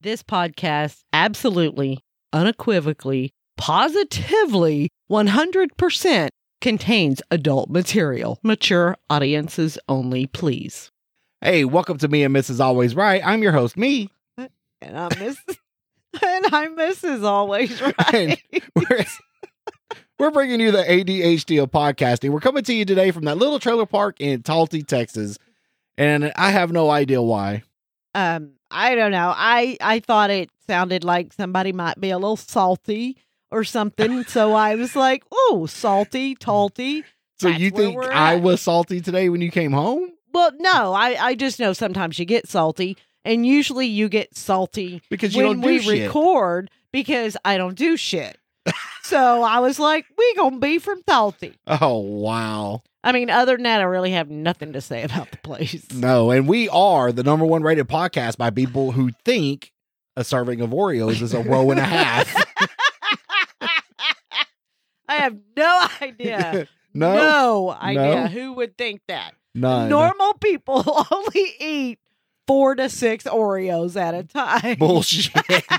This podcast absolutely, unequivocally, positively, 100% contains adult material. Mature audiences only, please. Hey, welcome to me and Mrs. Always Right. I'm your host, me. And I miss and I miss is always right. We're, we're bringing you the ADHD of podcasting. We're coming to you today from that little trailer park in Talty, Texas. And I have no idea why. um, I don't know. I I thought it sounded like somebody might be a little salty or something. so I was like, oh, salty, talty. So That's you where think we're I at. was salty today when you came home? Well, no, I I just know sometimes you get salty, and usually you get salty Because you when don't do we shit. record because I don't do shit. so I was like, we gonna be from salty. Oh, wow. I mean, other than that, I really have nothing to say about the place. No, and we are the number one rated podcast by people who think a serving of Oreos is a row and a half. I have no idea. no, no idea No. who would think that. none. Normal people only eat four to six Oreos at a time. Bullshit.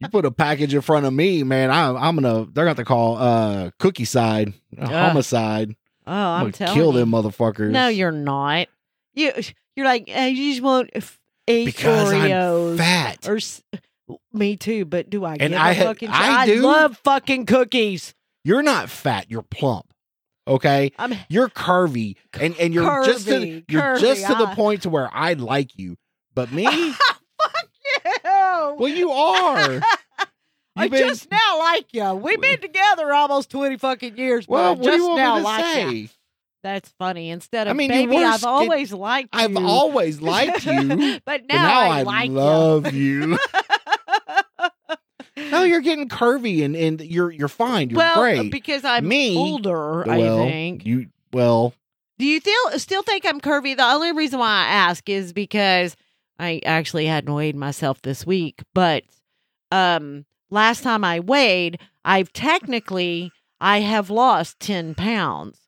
you put a package in front of me, man. I'm, I'm gonna. They're gonna have to call uh cookie side uh, Yeah. homicide. oh, I'm, gonna telling kill you. them motherfuckers. No, you're not. You you're like I just want f- eight because Oreos I'm fat. or s- me too. But do I? And give a I ha- fucking shit? I do. love fucking cookies. You're not fat. You're plump. Okay. I'm You're curvy, and and you're just to, Curvy, you're curvy, ah. just to the I- point to where I like you, but me. Well, Ew. you are. You've I been- just now like you. We've been together almost twenty fucking years. well. but What I just do you want now me to like ya. say? That's funny. Instead of I mean, you baby, were I've skin- always liked you. I've always liked you, but now, but now, I, I, like love you. you. No, you're getting curvy, and and you're you're fine. You're well, great. because I'm Me, older. well, I think. you well. Do you still still think I'm curvy? The only reason why I ask is because I actually hadn't weighed myself this week, but um, last time I weighed, I've technically I have lost ten pounds.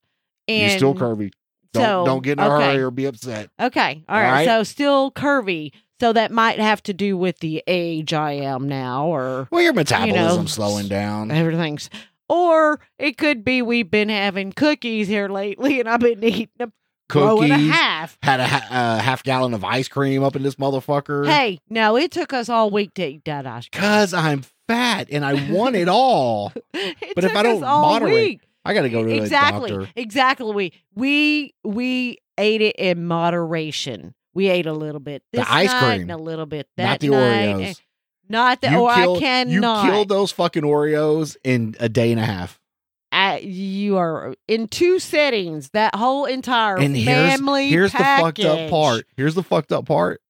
And You're still curvy. Don't so- don't get in a okay. hurry or be upset. Okay. All All right. right. So still curvy. So that might have to do with the age I am now or Well, your metabolism's know, slowing down. everything's or it could be we've been having cookies here lately and I've been eating a row and a Cookies. half. Had a ha- uh, half gallon of ice cream up in this motherfucker. Hey, no, it took us all week to eat that ice cream. Cause I'm fat and I want it all. It But if took I don't us all moderate, week. I gotta go to exactly, the doctor. exactly. We we we ate it in moderation. We ate a little bit The this ice night cream, and a little bit that Not the night, Oreos. and Not the You or killed- I cannot. You killed those fucking Oreos in a day and a half. I- you are in two settings. That whole entire and here's family. here's the fucked up package. part. Here's the fucked up part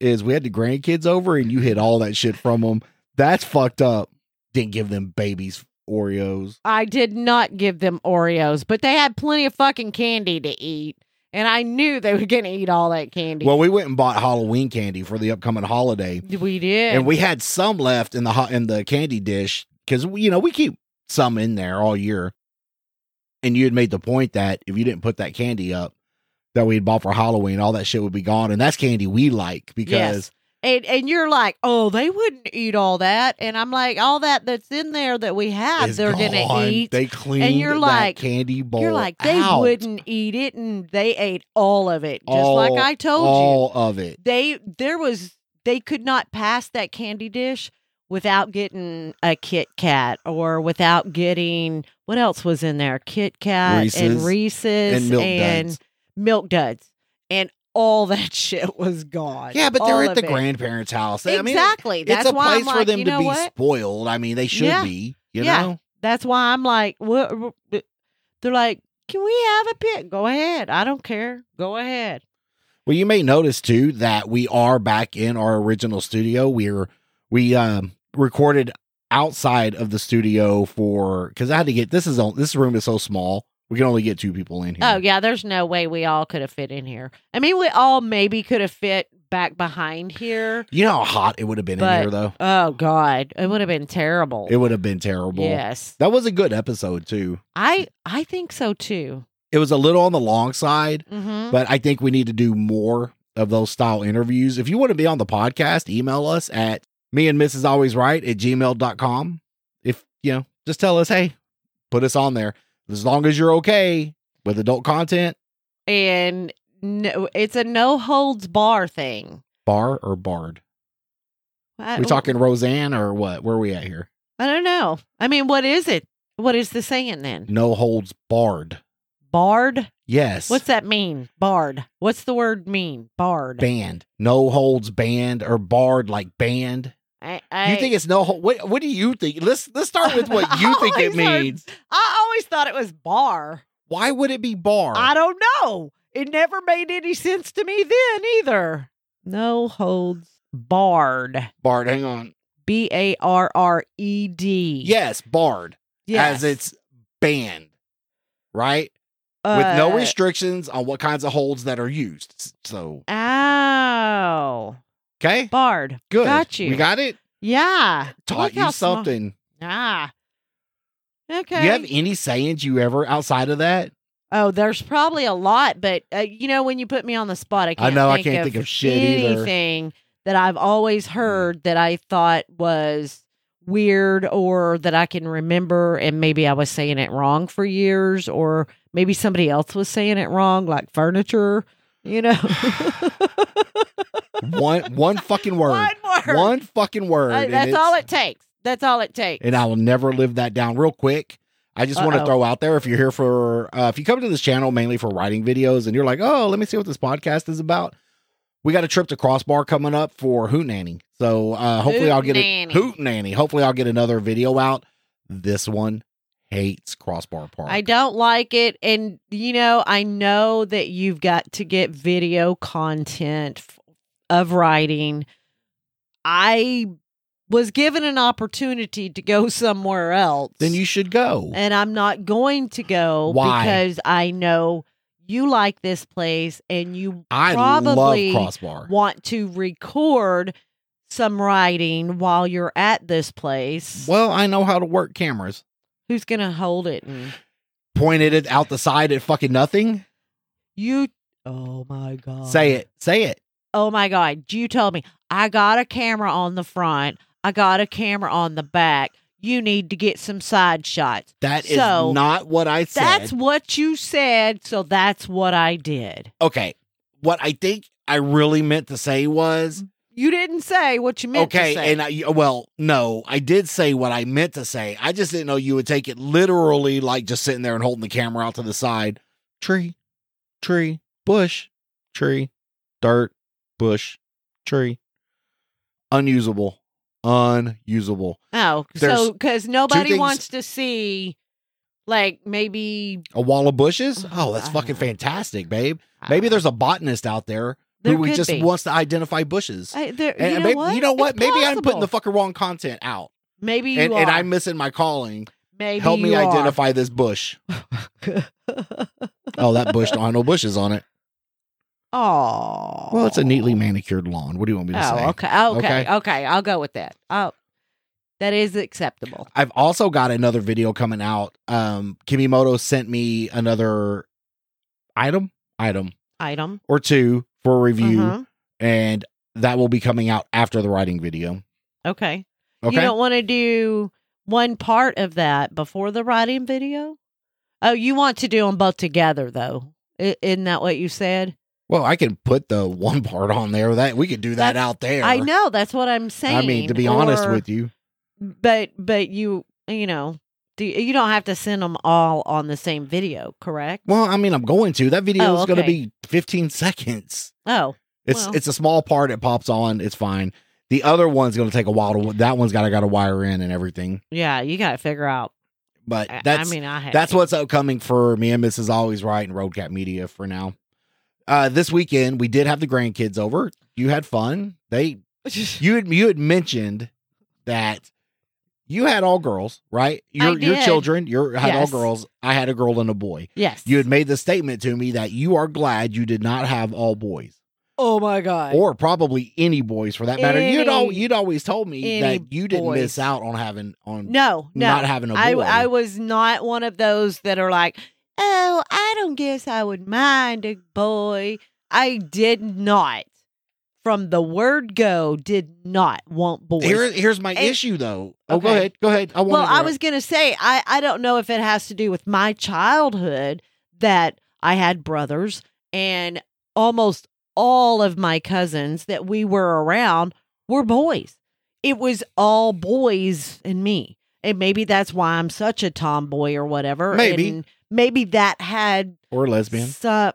is we had the grandkids over and you hid all that shit from them. That's fucked up. Didn't give them babies Oreos. I did not give them Oreos, but they had plenty of fucking candy to eat, and I knew they were going to eat all that candy. Well, we went and bought Halloween candy for the upcoming holiday, we did. and we had some left in the ho- in the candy dish because you know we keep some in there all year. And you had made the point that if you didn't put that candy up that we had bought for Halloween, all that shit would be gone, and that's candy we like because and and you're like, oh, they wouldn't eat all that, and I'm like, all that that's in there that we have, is they're gone. gonna eat. They cleaned you're that like- candy bowl. you're like, they out. wouldn't eat it, and they ate all of it, just All- like I told you. all of it. they there was they could not pass that candy dish without getting a Kit Kat or without getting what else was in there Kit Kat Reese's and Reese's and Milk and Duds. Milk Duds and all that shit was gone. Yeah, but All they're at of the it. grandparents' house. I mean, exactly. That's it's a why place I'm like, for them you to know be what? spoiled. I mean, they should Yeah. be. You Yeah. know, That's why I'm like, what? what- They're like, can we have a pit? Go ahead. I don't care. Go ahead. Well, you may notice too that we are back in our original studio. We're we um, recorded outside of the studio for because I had to get this is on this room is so small we can only get two people in here. Oh yeah, there's no way we all could have fit in here. I mean, we all maybe could have fit back behind here. You know how hot it would have been But- in here though. Oh god, it would have been terrible. It would have been terrible. yes, That was a good episode too. I I think so too. It was a little on the long side, Mm-hmm. but I think we need to do more of those style interviews. If you want to be on the podcast, email us at me and Mrs. Always Right at gmail.com. If you know, just tell us, hey, put us on there. As long as you're okay with adult content, and no, it's a no holds bar thing. bar or barred. I, We talking Roseanne or what? Where are we at here? I don't know. I mean, what is it? What is the saying then? No holds barred. Barred. Yes. What's that mean? Barred. What's the word mean? Barred. banned? No holds banned or barred like banned. I, I, you think it's no hol- what what do you think? Let's let's start with what you think it Always heard- means. I always thought it was bar. Why would it be barred? I don't know. It never made any sense to me then either. No holds barred. barred, hang on. B A R R E D. Yes, barred. As it's banned. Right? with no restriction. restrictions on what kinds of holds that are used. S- So, Ow. okay? Barred. Good. Got you. We got it. Yeah. Taught Look you how small- something. Ah. Do Okay. You have any sayings you ever outside of that? e oh, there's probably a lot, but uh, you know when you put me on the spot, I I can't. know, I think can't of think of shit either. Mm. anything that I've always heard that I thought was weird or that I can remember, and maybe I was saying it wrong for years, or maybe somebody else was saying it wrong, like furniture. You know, one one fucking word. one word. One fucking word. Uh, and that's it's- all it takes. That's all it takes. and I will never live that down. Real quick, I just want to Uh-oh. throw out there if you're here for, uh, if you come to this channel mainly for writing videos and you're like, oh, let me see what this podcast is about, we got a trip to Crossbar coming up for Hoot Nanny. So uh, hopefully I'll get it. Hootenanny. Hoot Nanny. Hopefully I'll get another video out. This one hates Crossbar Park. I don't like it. And, you know, I know that you've got to get video content f- of writing. I was given an opportunity to go somewhere else. then you should go. and I'm not going to go Why? because I know you like this place and you I love probably Crossbar. want to record some writing while you're at this place. Well, I know how to work cameras. Who's going to hold it? And Pointed it out the side at fucking nothing. you. Oh my God. Say it. Say it. oh my god you told me i got a camera on the front i got a camera on the back you need to get some side shots That is So, not what I said. that's what you said so that's what i did okay. What I think I really meant to say was you didn't say what you meant okay, to say and I well, no, I did say what I meant to say. I just didn't know you would take it literally, like just sitting there and holding the camera out to the side. Tree, tree, bush, tree, dirt, bush, tree. Unusable, unusable. oh there's so because nobody things- wants to see like maybe A wall of bushes. Oh, that's I fucking know. fantastic, babe. Maybe there's a botanist out there there who would could just be. wants to identify bushes. I, there, you, And know maybe, what? you know It's what? Maybe I'm putting the possible. fucking wrong content out. maybe you and, are. and I'm missing my calling. maybe Help me you are. identify this bush. Oh, that bush don't have no bushes on it. oh Well, it's a neatly manicured lawn. What do you want me to Oh, say? okay, okay, Okay. okay, I'll go with that. Oh, that is acceptable. I've also got another video coming out. Um, Kimimoto sent me another item, item Item or two for review, Uh-huh. and that will be coming out after the writing video. Okay. Okay. You don't want to do one part of that before the writing video. Oh, you want to do them both together, though. I- isn't that what you said? well, I can put the one part on there. That we could do that That's- out there. I know that's what I'm saying. I mean, to be honest with you, you, but but you you know do, you don't have to send them all on the same video, correct? well, I mean, I'm going to. That video Oh, is going to okay. be 15 seconds. Oh, It's Well. it's a small part. It pops on. It's fine. The other one's going to take a while to. That one's got to got to wire in and everything. yeah, you got to figure out. But I- that's I mean, I have that's what's upcoming for me and Mrs. Always Right and Roadcat Media for now. Uh, this weekend we did have the grandkids over. You had fun. They you had you had mentioned that you had all girls, right? I Your your did. children, your had Yes. all girls. I had a girl and a boy. yes. You had made the statement to me that you are glad you did not have all boys. oh my god. or probably any boys for that matter. you'd al- Any- you'd always told me any that you didn't boys. miss out on having on no, no. not having a boy. I, I was not one of those that are like, oh, I don't guess I would mind a boy. I did not. from the word go did not want boys. Here, here's my And- issue though. Oh, go Okay. ahead. Go ahead. I want. well, I was going to say, I, I don't know if it has to do with my childhood that I had brothers and almost all of my cousins that we were around were boys. It was all boys and me. And maybe that's why I'm such a tomboy or whatever. Maybe. And maybe that had or lesbian. some-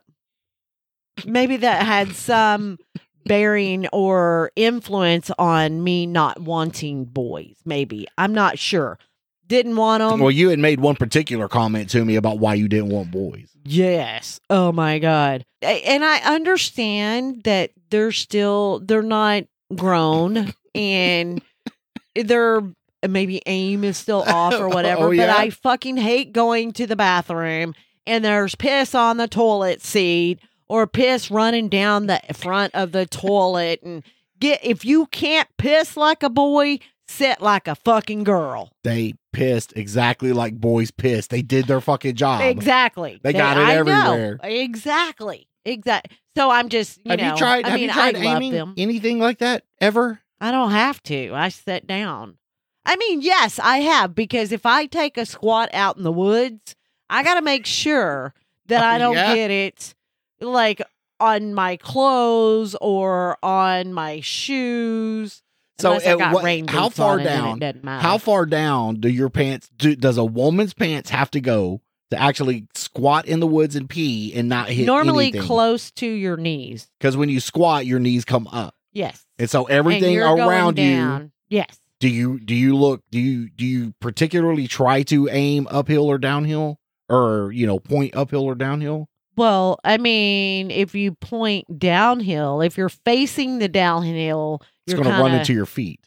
maybe that had some bearing or influence on me not wanting boys. Maybe I'm not sure. Didn't want them. well, you had made one particular comment to me about why you didn't want boys. Yes. Oh my god. A- And I understand that they're still they're not grown and they're maybe aim is still off or whatever, Oh, yeah? but I fucking hate going to the bathroom and there's piss on the toilet seat or piss running down the front of the toilet and get if you can't piss like a boy, sit like a fucking girl. They pissed exactly like boys pissed. They did their fucking job. Exactly. They got it I know. everywhere. Exactly. Exactly. So I'm just, you have know, you tried? I have mean, you tried I love aiming them. anything like that ever? I don't have to. I sit down. I mean, yes, I have because if I take a squat out in the woods, I got to make sure that I don't Oh, Yeah. get it like on my clothes or on my shoes. So, Unless I at got what- rain how boots far on it and down- It doesn't matter. How far down do your pants? Do, does a woman's pants have to go to actually squat in the woods and pee and not hit? Normally anything? close to your knees. Because when you squat, your knees come up, Yes. and so And everything you're going around you. down. Yes. Do you do you look? Do you do you particularly try to aim uphill or downhill, or you know, point uphill or downhill? Well, I mean, if you point downhill, if you're facing the downhill, It's you're going to run kinda- into your feet.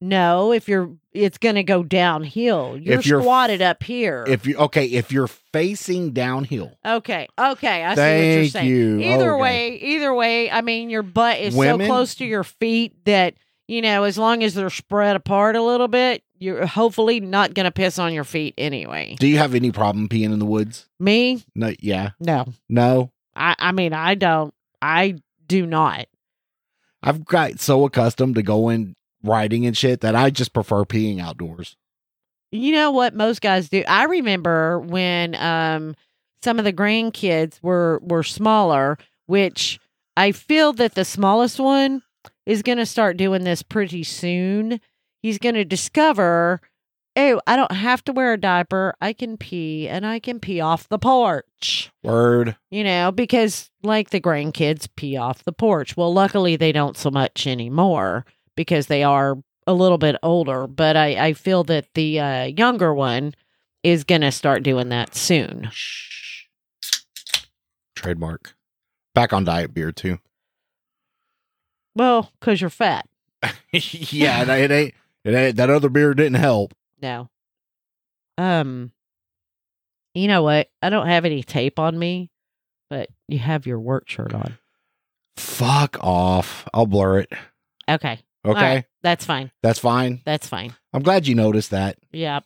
No, if you're, it's going to go downhill. You're, If you're- squatted up here. If you okay, if you're facing downhill, okay, okay, I see what you're thank saying. you. Either Okay. way, either way, I mean, your butt is Women- so close to your feet that you know, as long as they're spread apart a little bit, you're hopefully not going to piss on your feet anyway. do you have any problem peeing in the woods? Me, No, yeah, no, no. I, I mean, I don't, I do not. I've got so accustomed to going riding and shit that I just prefer peeing outdoors. You know what most guys do? I remember when um some of the grandkids were were smaller, which I feel that the smallest one is going to start doing this pretty soon. He's going to discover, "Oh, I don't have to wear a diaper. I can pee and I can pee off the porch." Word. You know, because like the grandkids pee off the porch. Well, luckily they don't so much anymore because they are a little bit older. But I, I feel that the uh, younger one is going to start doing that soon. Trademark. Back on diet beer too. Well, because you're fat. yeah, and it ain't, it ain't that other beer didn't help. No. Um, you know what? I don't have any tape on me, but you have your work shirt on. Fuck off. I'll blur it. Okay. Okay. right. That's fine. That's fine. That's fine. I'm glad you noticed that. Yeah.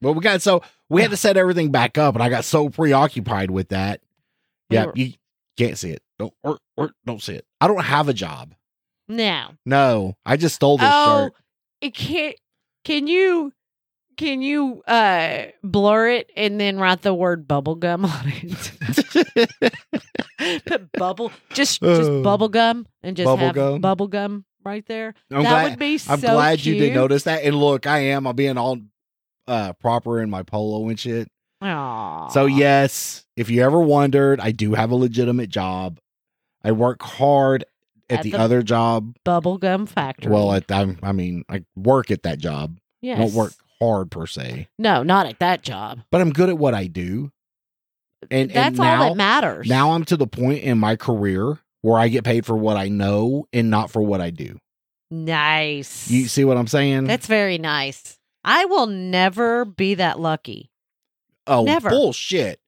But we got so we had to set everything back up and I got so preoccupied with that. We Yeah, were- you can't see it. Don't or, or don't see it. I don't have a job. Now. No, I just stole this oh, shirt. it can't. Can you can you uh blur it and then write the word bubblegum on it? Put bubble just just Oh. bubblegum and just have Bubblegum. bubblegum right there. I'm that glad would be so I'm glad you did cute. notice that. And look, I am. I'm being all uh proper in my polo and shit. Aw. So yes, if you ever wondered, I do have a legitimate job. I work hard at, At the, the- other job. bubblegum factory. Well, at I'm, I mean, I work at that job. yes. I don't work hard per se, No, not at that job. but I'm good at what I do. And That's and now, all that matters. now I'm to the point in my career where I get paid for what I know and not for what I do. nice. You see what I'm saying? That's very nice. I will never be that lucky. oh never. bullshit.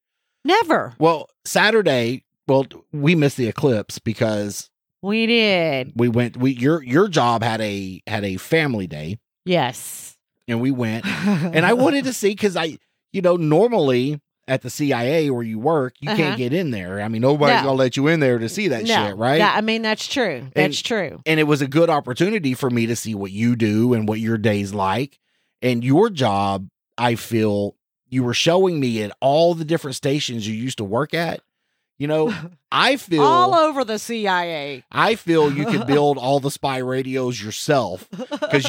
Never. Well, Saturday, well, we missed the eclipse because We did. we went. We your your job had a had a family day, Yes. and we went. And I wanted to see because I, you know, normally at the CIA where you work, you Uh-huh. can't get in there. I mean, nobody's No. gonna let you in there to see that No, shit, right? that- I mean, that's true. That's true. and it was a good opportunity for me to see what you do and what your day's like and your job i feel you were showing me at all the different stations you used to work at you know i feel All over the CIA. i feel you could build all the spy radios yourself because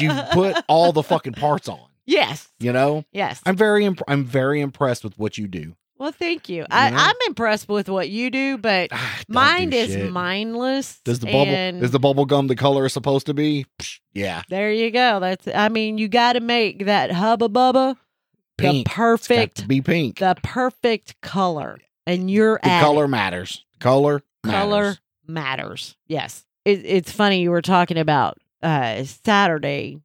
you put all the fucking parts on yes, you know yes. i'm very imp- i'm very impressed with what you do well, thank you. I, You know? I'm impressed with what you do, but Ah, don't do mine is shit. mindless. does the bubble and is the bubble gum the color it's supposed to be Psh, yeah there you go. That's. I mean, you got to make that hubba bubba pink the It's got to perfect, be pink the perfect color, and you're The at color matters. Color. color matters. matters. Yes. It, it's funny you were talking about uh Saturday.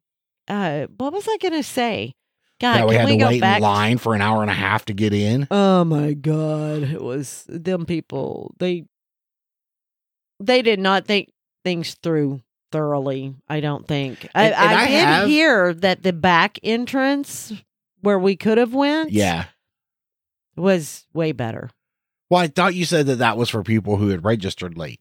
Uh what was I gonna say? God, That we Uh, can had we to go wait back? in line for an hour and a half to get in. oh my god. It was them people. They they did not think things through thoroughly, I don't think. I, And- and I, I did have- hear that the back entrance where we could have went Yeah. was way better. Well, I thought you said that that was for people who had registered late.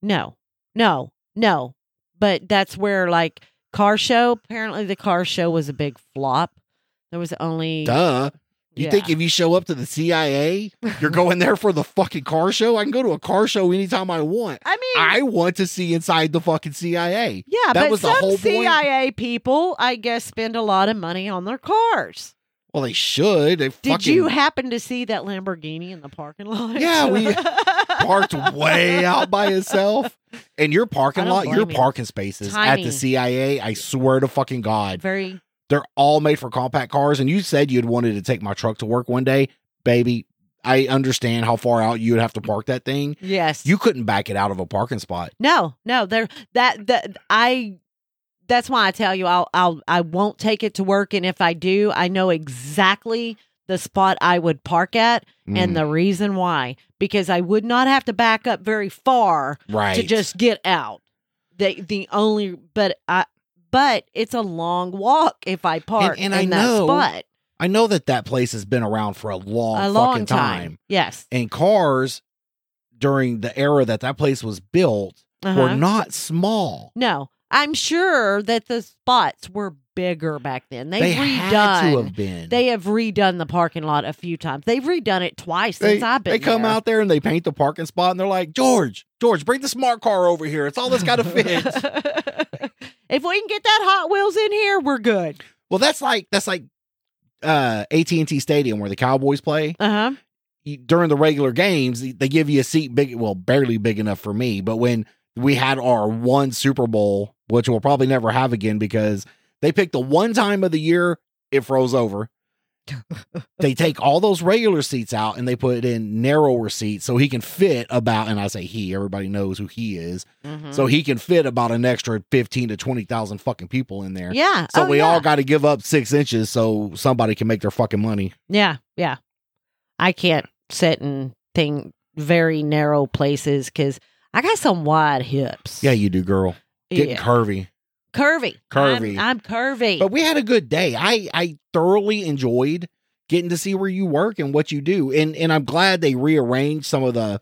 No, no, no. But that's where like car show. Apparently, the car show was a big flop. There was only Duh. You yeah. think if you show up to the CIA, you're going there for the fucking car show? I can go to a car show anytime I want. I mean, I want to see inside the fucking CIA. yeah, that but was the some whole point. CIA people, I guess, spend a lot of money on their cars. Well, they should. They Did fucking you happen to see that Lamborghini in the parking lot? Yeah, we parked way out by itself. And your I parking don't lot, your blame you. parking spaces at Tiny. the CIA, I swear to fucking God, Very. They're all made for compact cars. And you said you'd wanted to take my truck to work one day. Baby, I understand how far out you would have to park that thing. Yes. You couldn't back it out of a parking spot. No, no, there that that I that's why I tell you I'll I'll I won't take it to work and if I do, I know exactly the spot I would park at Mm-hmm. and the reason why because I would not have to back up very far right. to just get out. The the only but I but it's a long walk if I park and in I that know spot I know that that place has been around for a long a long fucking time. time. Yes. And cars during the era that that place was built were Uh-huh. not small. No. I'm sure that the spots were bigger back then. They, They redone. had to have been. They have redone the parking lot a few times. They've redone it twice They, since I've been. they come there. out there and they paint the parking spot and they're like, George, George, bring the smart car over here. It's all that's got to fit. if we can get that Hot Wheels in here, we're good. Well, that's like that's like uh AT&T Stadium where the Cowboys play. Uh huh. You- e, During the regular games, they- they give you a seat big well, barely big enough for me, but when we had our one Super Bowl, which we'll probably never have again because they picked the one time of the year it froze over. they take all those regular seats out and they put in narrower seats so he can fit about and I say he, everybody knows who he is. Hmm. So he can fit about an extra 15 to 20,000 fucking people in there. yeah. So Oh, we yeah. all got to give up six inches so somebody can make their fucking money. Yeah. Yeah. I can't sit in thing very narrow places because I got some wide hips. Yeah, you do, girl. Getting Yeah. curvy. curvy. Curvy. I'm, I'm curvy. But we had a good day. I I thoroughly enjoyed getting to see where you work and what you do, and and I'm glad they rearranged some of the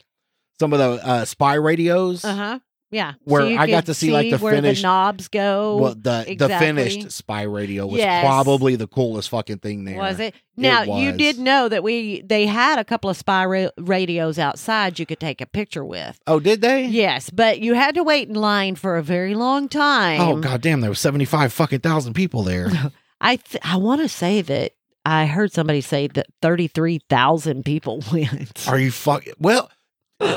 some of the uh, spy radios. uh huh. Yeah. Where So you I got could to see, like, the where finished- the knobs go. well, the the exactly. finished spy radio was Yes. probably the coolest fucking thing there. Was it? Now you was. did know that we they had a couple of spy ra- radios outside you could take a picture with. Oh, did they? Yes, but you had to wait in line for a very long time. Oh god damn, there was seventy five fucking thousand people there. I th- I want to say that I heard somebody say that thirty three thousand people went. Are you fucking well?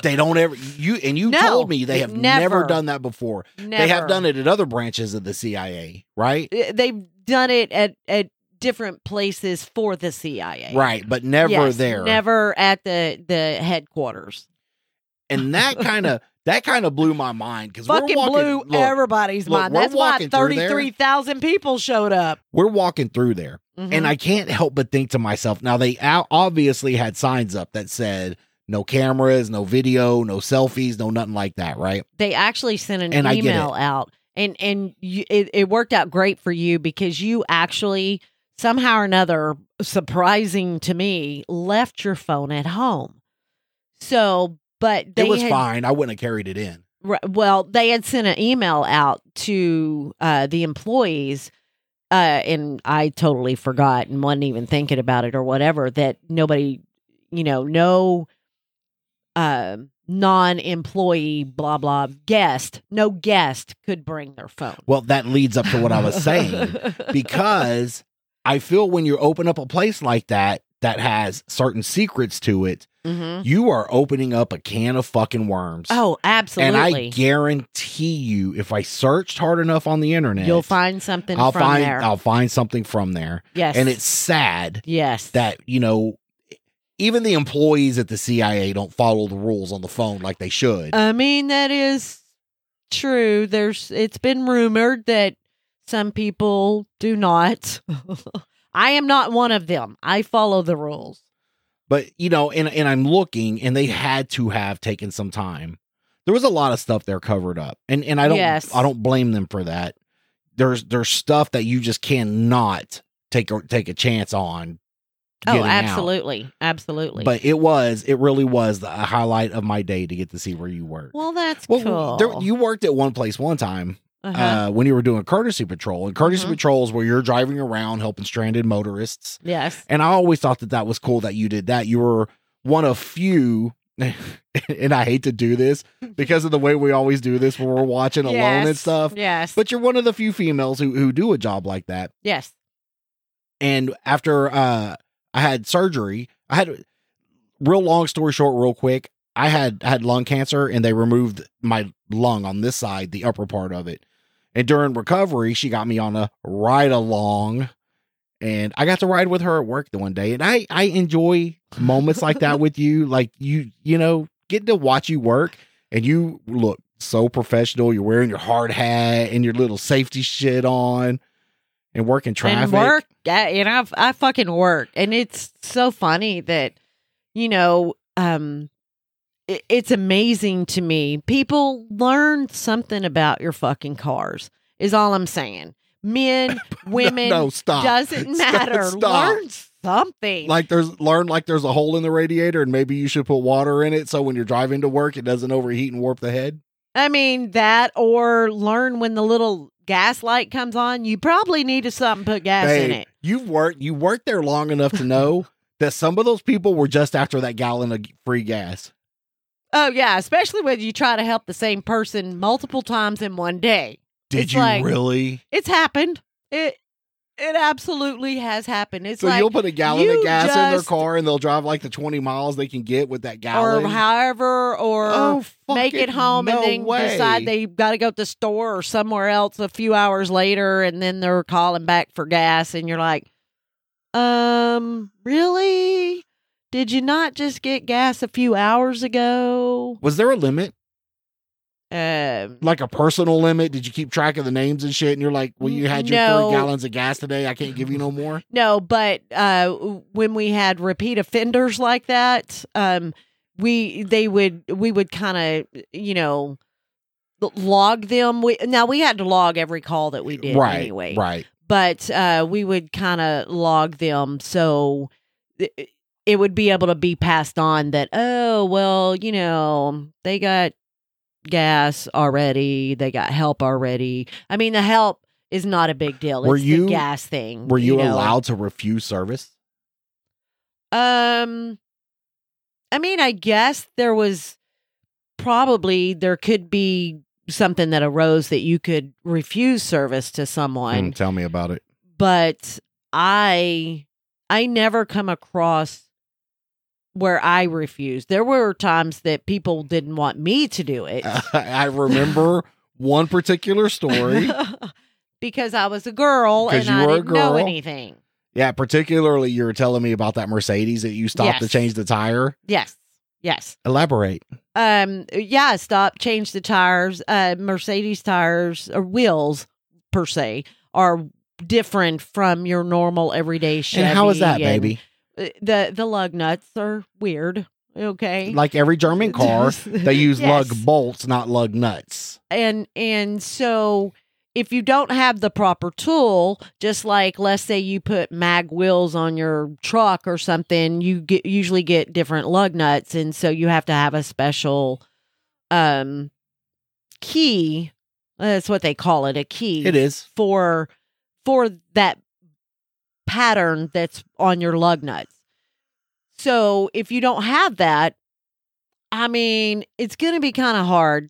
They don't ever you and you No, told me they have never. never done that before. Never. They have done it at other branches of the CIA, right? Uh, They've done it at at different places for the CIA. Right, but never Yes, there. Never at the the headquarters. And that kind of that kind of blew my mind because we're Fucking walking. blew look, everybody's look, mind. we're That's why walking through thirty there. three thousand people showed up. we're walking through there, Mhm. and I can't help but think to myself. Now they o- obviously had signs up that said no cameras, no video, no selfies, no nothing like that, right? they actually sent an And I get email out and and you, it, it worked out great for you because you actually somehow or another, surprising to me, left your phone at home. So, but they it was had- fine. I wouldn't have carried it in. Ri- Well, they had sent an email out to uh, the employees, uh, and I totally forgot and wasn't even thinking about it or whatever. That nobody, you know, no uh, non-employee, blah blah guest, no guest could bring their phone. Well, that leads up to what I was saying because I feel when you open up a place like that that has certain secrets to it, Mhm. you are opening up a can of fucking worms. oh, and absolutely, I guarantee you, if I searched hard enough on the internet, you'll find something I'll from find there. I'll find something from there. yes, And it's sad yes that you know even the employees at the CIA don't follow the rules on the phone like they should. I mean, that is true. There's it's been rumored that some people do not. I am not one of them. I follow the rules. but you know, and and I'm looking, and they had to have taken some time. There was a lot of stuff there covered up, and and I don't Yes. I don't blame them for that. There's there's stuff that you just cannot take a, take a chance on. Oh, getting out. absolutely. Absolutely. But it was it really was the highlight of my day to get to see where you work. well, that's cool. there- you worked at one place one time Uh-huh. uh, when you were doing courtesy patrol, and courtesy Mhm. patrols where you're driving around helping stranded motorists. yes. And I always thought that that was cool that you did that. You were one of few, and I hate to do this because of the way we always do this when we're watching alone and Yes. stuff. Yes. But you're one of the few females who who do a job like that. yes. And after uh, I had surgery, I had real long story short, real quick. I had I had lung cancer, and they removed my lung on this side, the upper part of it. And during recovery, she got me on a ride along, and I got to ride with her at work the one day. And I I enjoy moments like that with you, like you you know getting to watch you work, and you look so professional. You're wearing your hard hat and your little safety shit on, and working traffic. and work yeah, and i i fucking work and it's so funny that you know um it, it's amazing to me people learn something about your fucking cars is all i'm saying men women no, stop. doesn't Stop, matter stop. learn something like there's learn like there's a hole in the radiator and maybe you should put water in it so when you're driving to work it doesn't overheat and warp the head. i mean that or learn when the little gas light comes on you probably need to something put gas in Babe, it You've worked you worked there long enough to know that some of those people were just after that gallon of free gas. oh yeah especially when you try to help the same person multiple times in one day Did It's you like- really? It's happened. It it absolutely has happened. It's So like you'll put a gallon of you gas in their just- car and they'll drive like the 20 miles they can get with that gallon. or however or Oh, fuck make it home no and then way. decide they've got to go to the store or somewhere else a few hours later and then they're calling back for gas and you're like, "Um, really? Did you not just get gas a few hours ago?" Was there a limit? Um Like a personal limit? Did you keep track of the names and shit and you're like, "Well, you had your No. 3 gallons of gas today. I can't give you no more." No, but uh, when we had repeat offenders like that, um, we they would we would kind of you know l- log them. We now we had to log every call that we did right. anyway, Right. but uh, we would kind of log them so it, it would be able to be passed on that oh well you know they got gas already, they got help already. I mean the help. Is not a big deal. Were it's you- the gas thing? Were you, know? allowed to refuse service? Um, I mean, I guess there was probably there could be something that arose that you could refuse service to someone, Mm, tell me about it. but I I never come across where I refused. There were times that people didn't want me to do it. Uh, I remember one particular story. because I was a girl and 'Cause you I were a didn't know girl. anything. Yeah, particularly you were telling me about that Mercedes that you stopped to Yes. change the tire. Yes. Yes. Elaborate. um yeah stop change the tires uh mercedes tires or wheels per se are different from your normal everyday Chevy and how is that, and- baby? Uh, the the lug nuts are weird okay Like every German car, they use Yes. lug bolts, not lug nuts. and and so if you don't have the proper tool, just like let's say you put mag wheels on your truck or something, you get usually get different lug nuts, and so you have to have a special um key. That's what they call it, a key It is. for for that pattern that's on your lug nuts. So if you don't have that, I mean, it's going to be kind of hard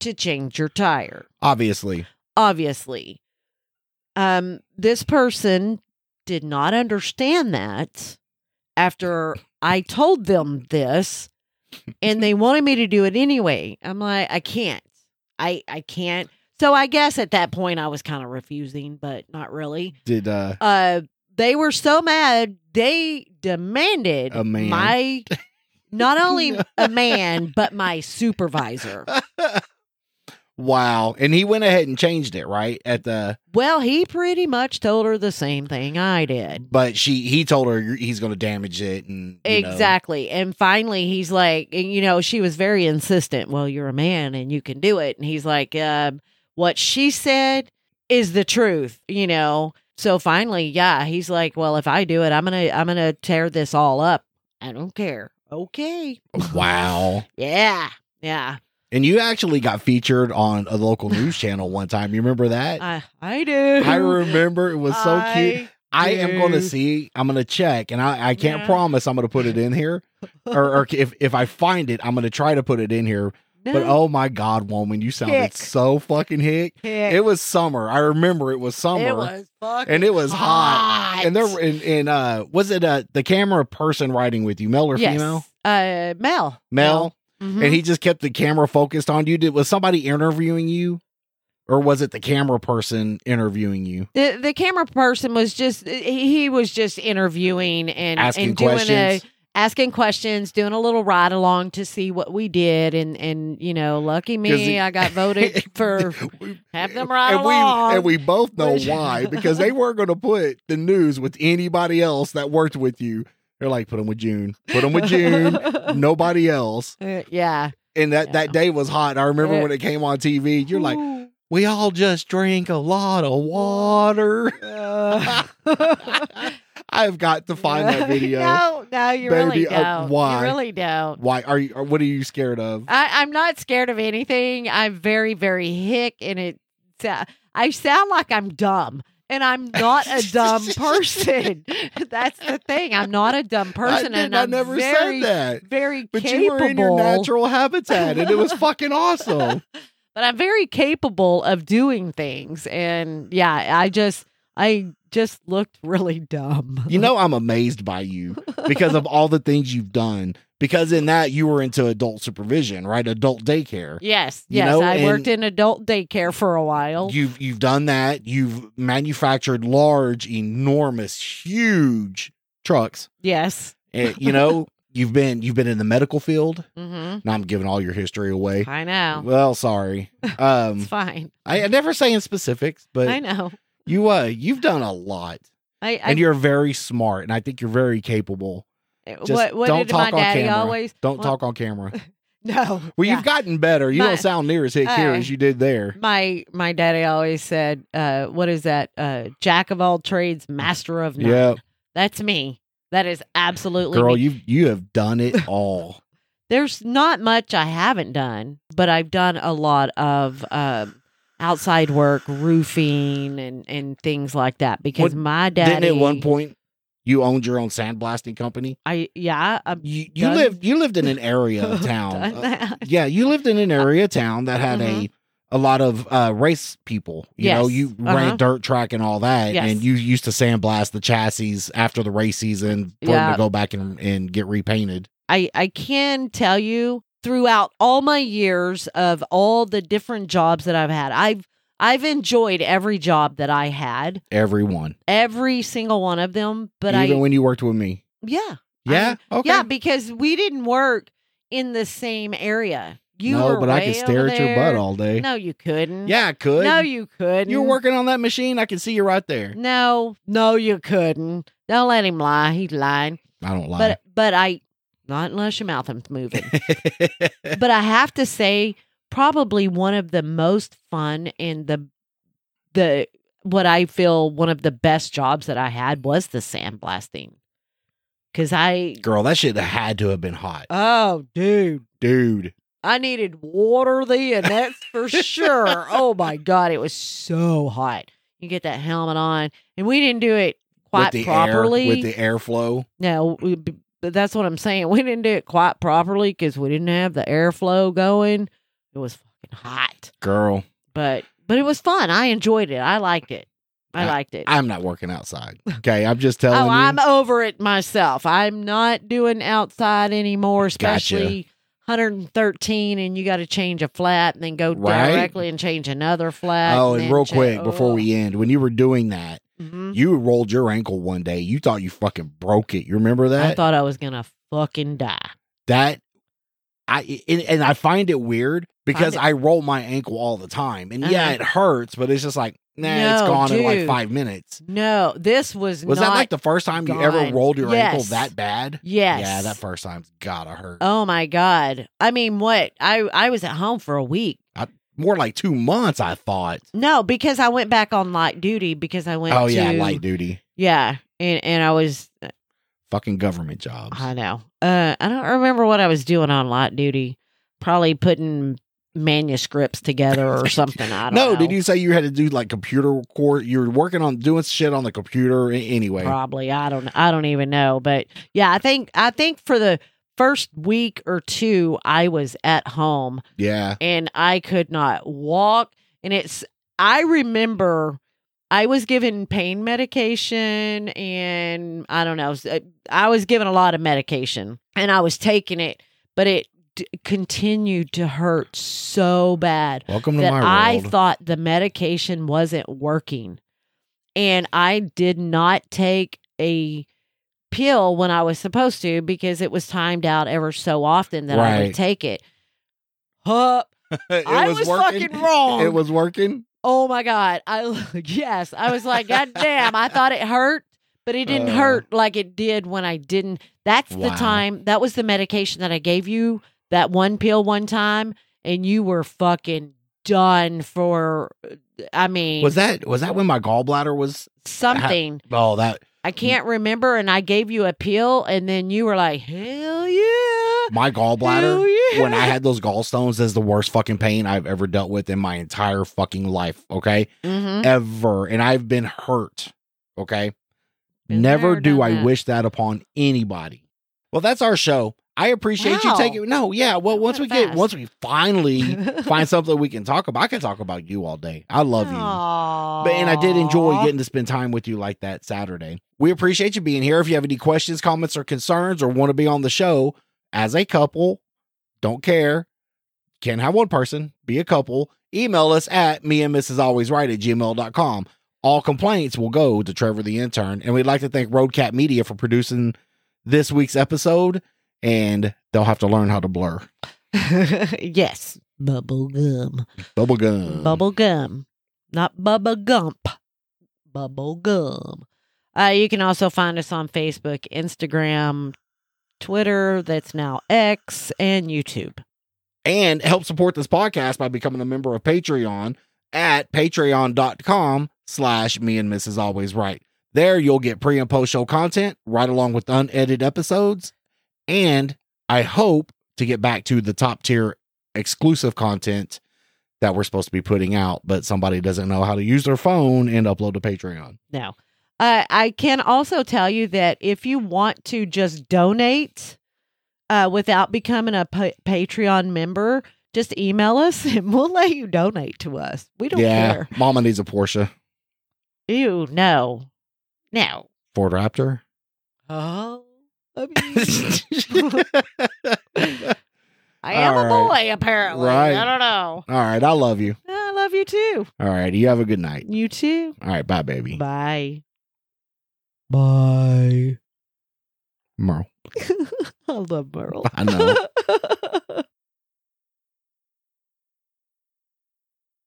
to change your tire Obviously. obviously. Um, this person did not understand that after I told them this, and they wanted me to do it anyway. I'm like, I can't. I I can't. So I guess at that point I was kind of refusing, but not really. Did uh Uh, they were so mad they demanded A man. my not only a man but my supervisor. wow. And he went ahead and changed it, right? At the Well, he pretty much told her the same thing I did. but she he told her "You're- he's going to damage it and you know. Exactly. And finally, he's like, and, you know, she was very insistent. Well, you're a man and you can do it. And he's like, um, what she said is the truth, you know. So finally, yeah, he's like, well, if I do it, I'm gonna, I'm gonna tear this all up. I don't care. Okay. Wow. Yeah. Yeah. And you actually got featured on a local news channel one time. You remember that? I, I do. I remember it was so cute. I am going to do. see. I'm going to check, and I, I can't Yeah. promise I'm going to put it in here, or, or if if I find it, I'm going to try to put it in here. But No, oh my god, woman, you sounded Hick. so fucking hick. heck, It was summer. I remember it was summer, it was fucking and it was hot. hot. And there were- and, and uh, was it uh the camera person riding with you, male or yes. female? Uh, Mel. Mel, Mhm. and he just kept the camera focused on you. Did was somebody interviewing you, or was it the camera person interviewing you? The the camera person was just he he was just interviewing and Asking and doing a questions? asking questions, doing a little ride along to see what we did and and you know, lucky 'Cause me, he- I got voted for have them ride and along. We, and we both know Which- why because they weren't going to put the news with anybody else that worked with you. They're like, put them with June, put them with June, nobody else. Uh, yeah. And that, that Yeah. day was hot. I remember when it came on TV, you're like, Ooh. we all just drink a lot of water. I've got to find that video. No, no, you really Baby, uh, don't. why? You really don't. Why are you? Or what are you scared of? I, I'm not scared of anything. I'm very, very hick, and it. sa- I sound like I'm dumb, and I'm not a dumb person. That's the thing. I'm not a dumb person, I, did- and I I'm never very, said that. very But capable. you were in your natural habitat, and it was fucking awesome. but I'm very capable of doing things, and yeah, I just, I just looked really dumb. You know, I'm amazed by you because of all the things you've done. Because in that, you were into adult supervision, right? Adult daycare. Yes, you yes. know, I worked in and- adult daycare for a while. You've you've done that. You've manufactured large, enormous, huge trucks. yes. And, you know, you've been you've been in the medical field. hmm Now I'm giving all your history away. I know. Well, sorry. Um, it's fine. I, I never say in specifics, I but know. you uh you've done a lot, I, I and you're very smart, and I think you're very capable. Just what what don't did talk my on daddy camera. always Don't Well- talk on camera. No. Well, yeah. you've gotten better. You My- don't sound near as hick here Uh, as you did there. my my daddy always said, uh, what is that? Uh, jack of all trades, master of none. Yep. That's me. That is absolutely Girl, me. you you have done it all. There's not much I haven't done, but I've done a lot of um outside work, roofing and and things like that because What- my daddy Didn't at one point you owned your own sandblasting company? I yeah, I'm You you Done. lived you lived in an area of town. done uh, that. yeah, you lived in Uh, an area of town that had a a lot of uh, race people. You know, mm-hmm. Yes. you Uh-huh. ran dirt track and all that, Yes. and you used to sandblast the chassis after the race season for them Yeah. to go back and and get repainted. I, I can tell you throughout all my years of all the different jobs that I've had, I've I've enjoyed every job that I had, Everyone, every single one of them. But even I when you worked with me. yeah Yeah. okay. yeah because we didn't work in the same area. You no, were but I way could stare over at your butt there. all day. No, you couldn't. Yeah, I could. No, you couldn't. You're working on that machine. I can see you right there. No, no, you couldn't. Don't let him lie. He's lying. I don't lie. But but I not unless your mouth is moving. but I have to say, probably one of the most fun and the the what I feel one of the best jobs that I had was the sandblasting. Cause I Girl, that shit had to have been hot. oh dude, Dude. I needed water then, that's for sure. Oh my god, it was so hot. You get that helmet on, and we didn't do it quite with the properly. air with the airflow. No, we, b- but that's what I'm saying. We didn't do it quite properly because we didn't have the airflow going. It was fucking hot, Girl, but but it was fun. I enjoyed it. I liked it. I I- liked it. I'm not working outside. Okay. I'm just telling oh, you. I'm over it myself. I'm not doing outside anymore, Gotcha. especially 113, and you got to change a flat and then go Right. directly and change another flat. oh, and then real cha- quick before oh. we end, when you were doing that, Mhm. you rolled your ankle one day. You thought you fucking broke it. You remember that? I thought I was gonna fucking die. that I and, and I find it weird because it- I roll my ankle all the time, and yeah, Uh-huh. it hurts, but it's just like nah, it's No, gone in like dude. five minutes. No, this was, Was not. that like the first time you ever gone. rolled your ankle Yes. that bad? yes. Yeah, that first time's gotta hurt. Oh my god. I mean, what? I I was at home for a week. More like two months, I thought. No, because I went back on light duty because I went oh yeah, to- light duty, Yeah. And and I was fucking government jobs. I know. Uh I don't remember what I was doing on light duty. Probably putting manuscripts together or something. I don't no, know. did you say you had to do like computer course? You were working on doing shit on the computer a- anyway. Probably. I don't I don't even know, but yeah, I think I think for the first week or two I was at home Yeah, and I could not walk. And it's, I remember I was given pain medication and I don't know, I was given a lot of medication and I was taking it, but it d- continued to hurt so bad welcome to that my I world. thought the medication wasn't working. And I did not take a pill when I was supposed to because it was timed out ever so often that I Right. would take it. Huh. It I was fucking wrong. It was working. Oh my god! I yes, I was like, God damn! I thought it hurt, but it didn't Uh. hurt like it did when I didn't. That's the Wow. time. That was the medication that I gave you. That one pill one time, and you were fucking done for. I mean, Was that was that when my gallbladder was? something Oh, that I can't remember, and I gave you a pill, and then you were like, Hell yeah! my Hell gallbladder. yeah. When I had those gallstones, is the worst fucking pain I've ever dealt with in my entire fucking life. Okay, Mhm. ever, and I've been hurt. Okay, Been never there, do done I that. wish that upon anybody. Well, that's our show. I appreciate Wow. you taking. No, yeah. Well, That once we went get, fast. once we finally find something we can talk about, I can talk about you all day. I love you. Aw. But, and I did enjoy getting to spend time with you like that Saturday. We appreciate you being here. If you have any questions, comments, or concerns, or want to be on the show as a couple, don't care. Can have one person, be a couple. Email us at me and Mrs. Always Right at gmail.com. All complaints will go to Trevor the intern. And we'd like to thank Roadcat Media for producing this week's episode. And they'll have to learn how to blur. yes, bubble gum. Bubble gum. Bubble gum, not bubba gump. Bubble gum. Uh, you can also find us on Facebook, Instagram, Twitter, that's now X, and YouTube. and help support this podcast by becoming a member of patreon at patreon.com slash me and mrs always right there you'll get pre and post show content right along with unedited episodes and i hope to get back to the top tier exclusive content that we're supposed to be putting out but somebody doesn't know how to use their phone and upload to patreon No. Uh, I can also tell you that if you want to just donate uh, without becoming a pa- Patreon member, just email us and we'll let you donate to us. We don't yeah care. mama needs a porsche Ew, no. No. ford raptor Oh. I am All a right. boy, apparently. Right. I don't know. all right i love you I love you too. all right you have a good night You too. all right bye baby Bye. Bye. merle I love Merle. I know.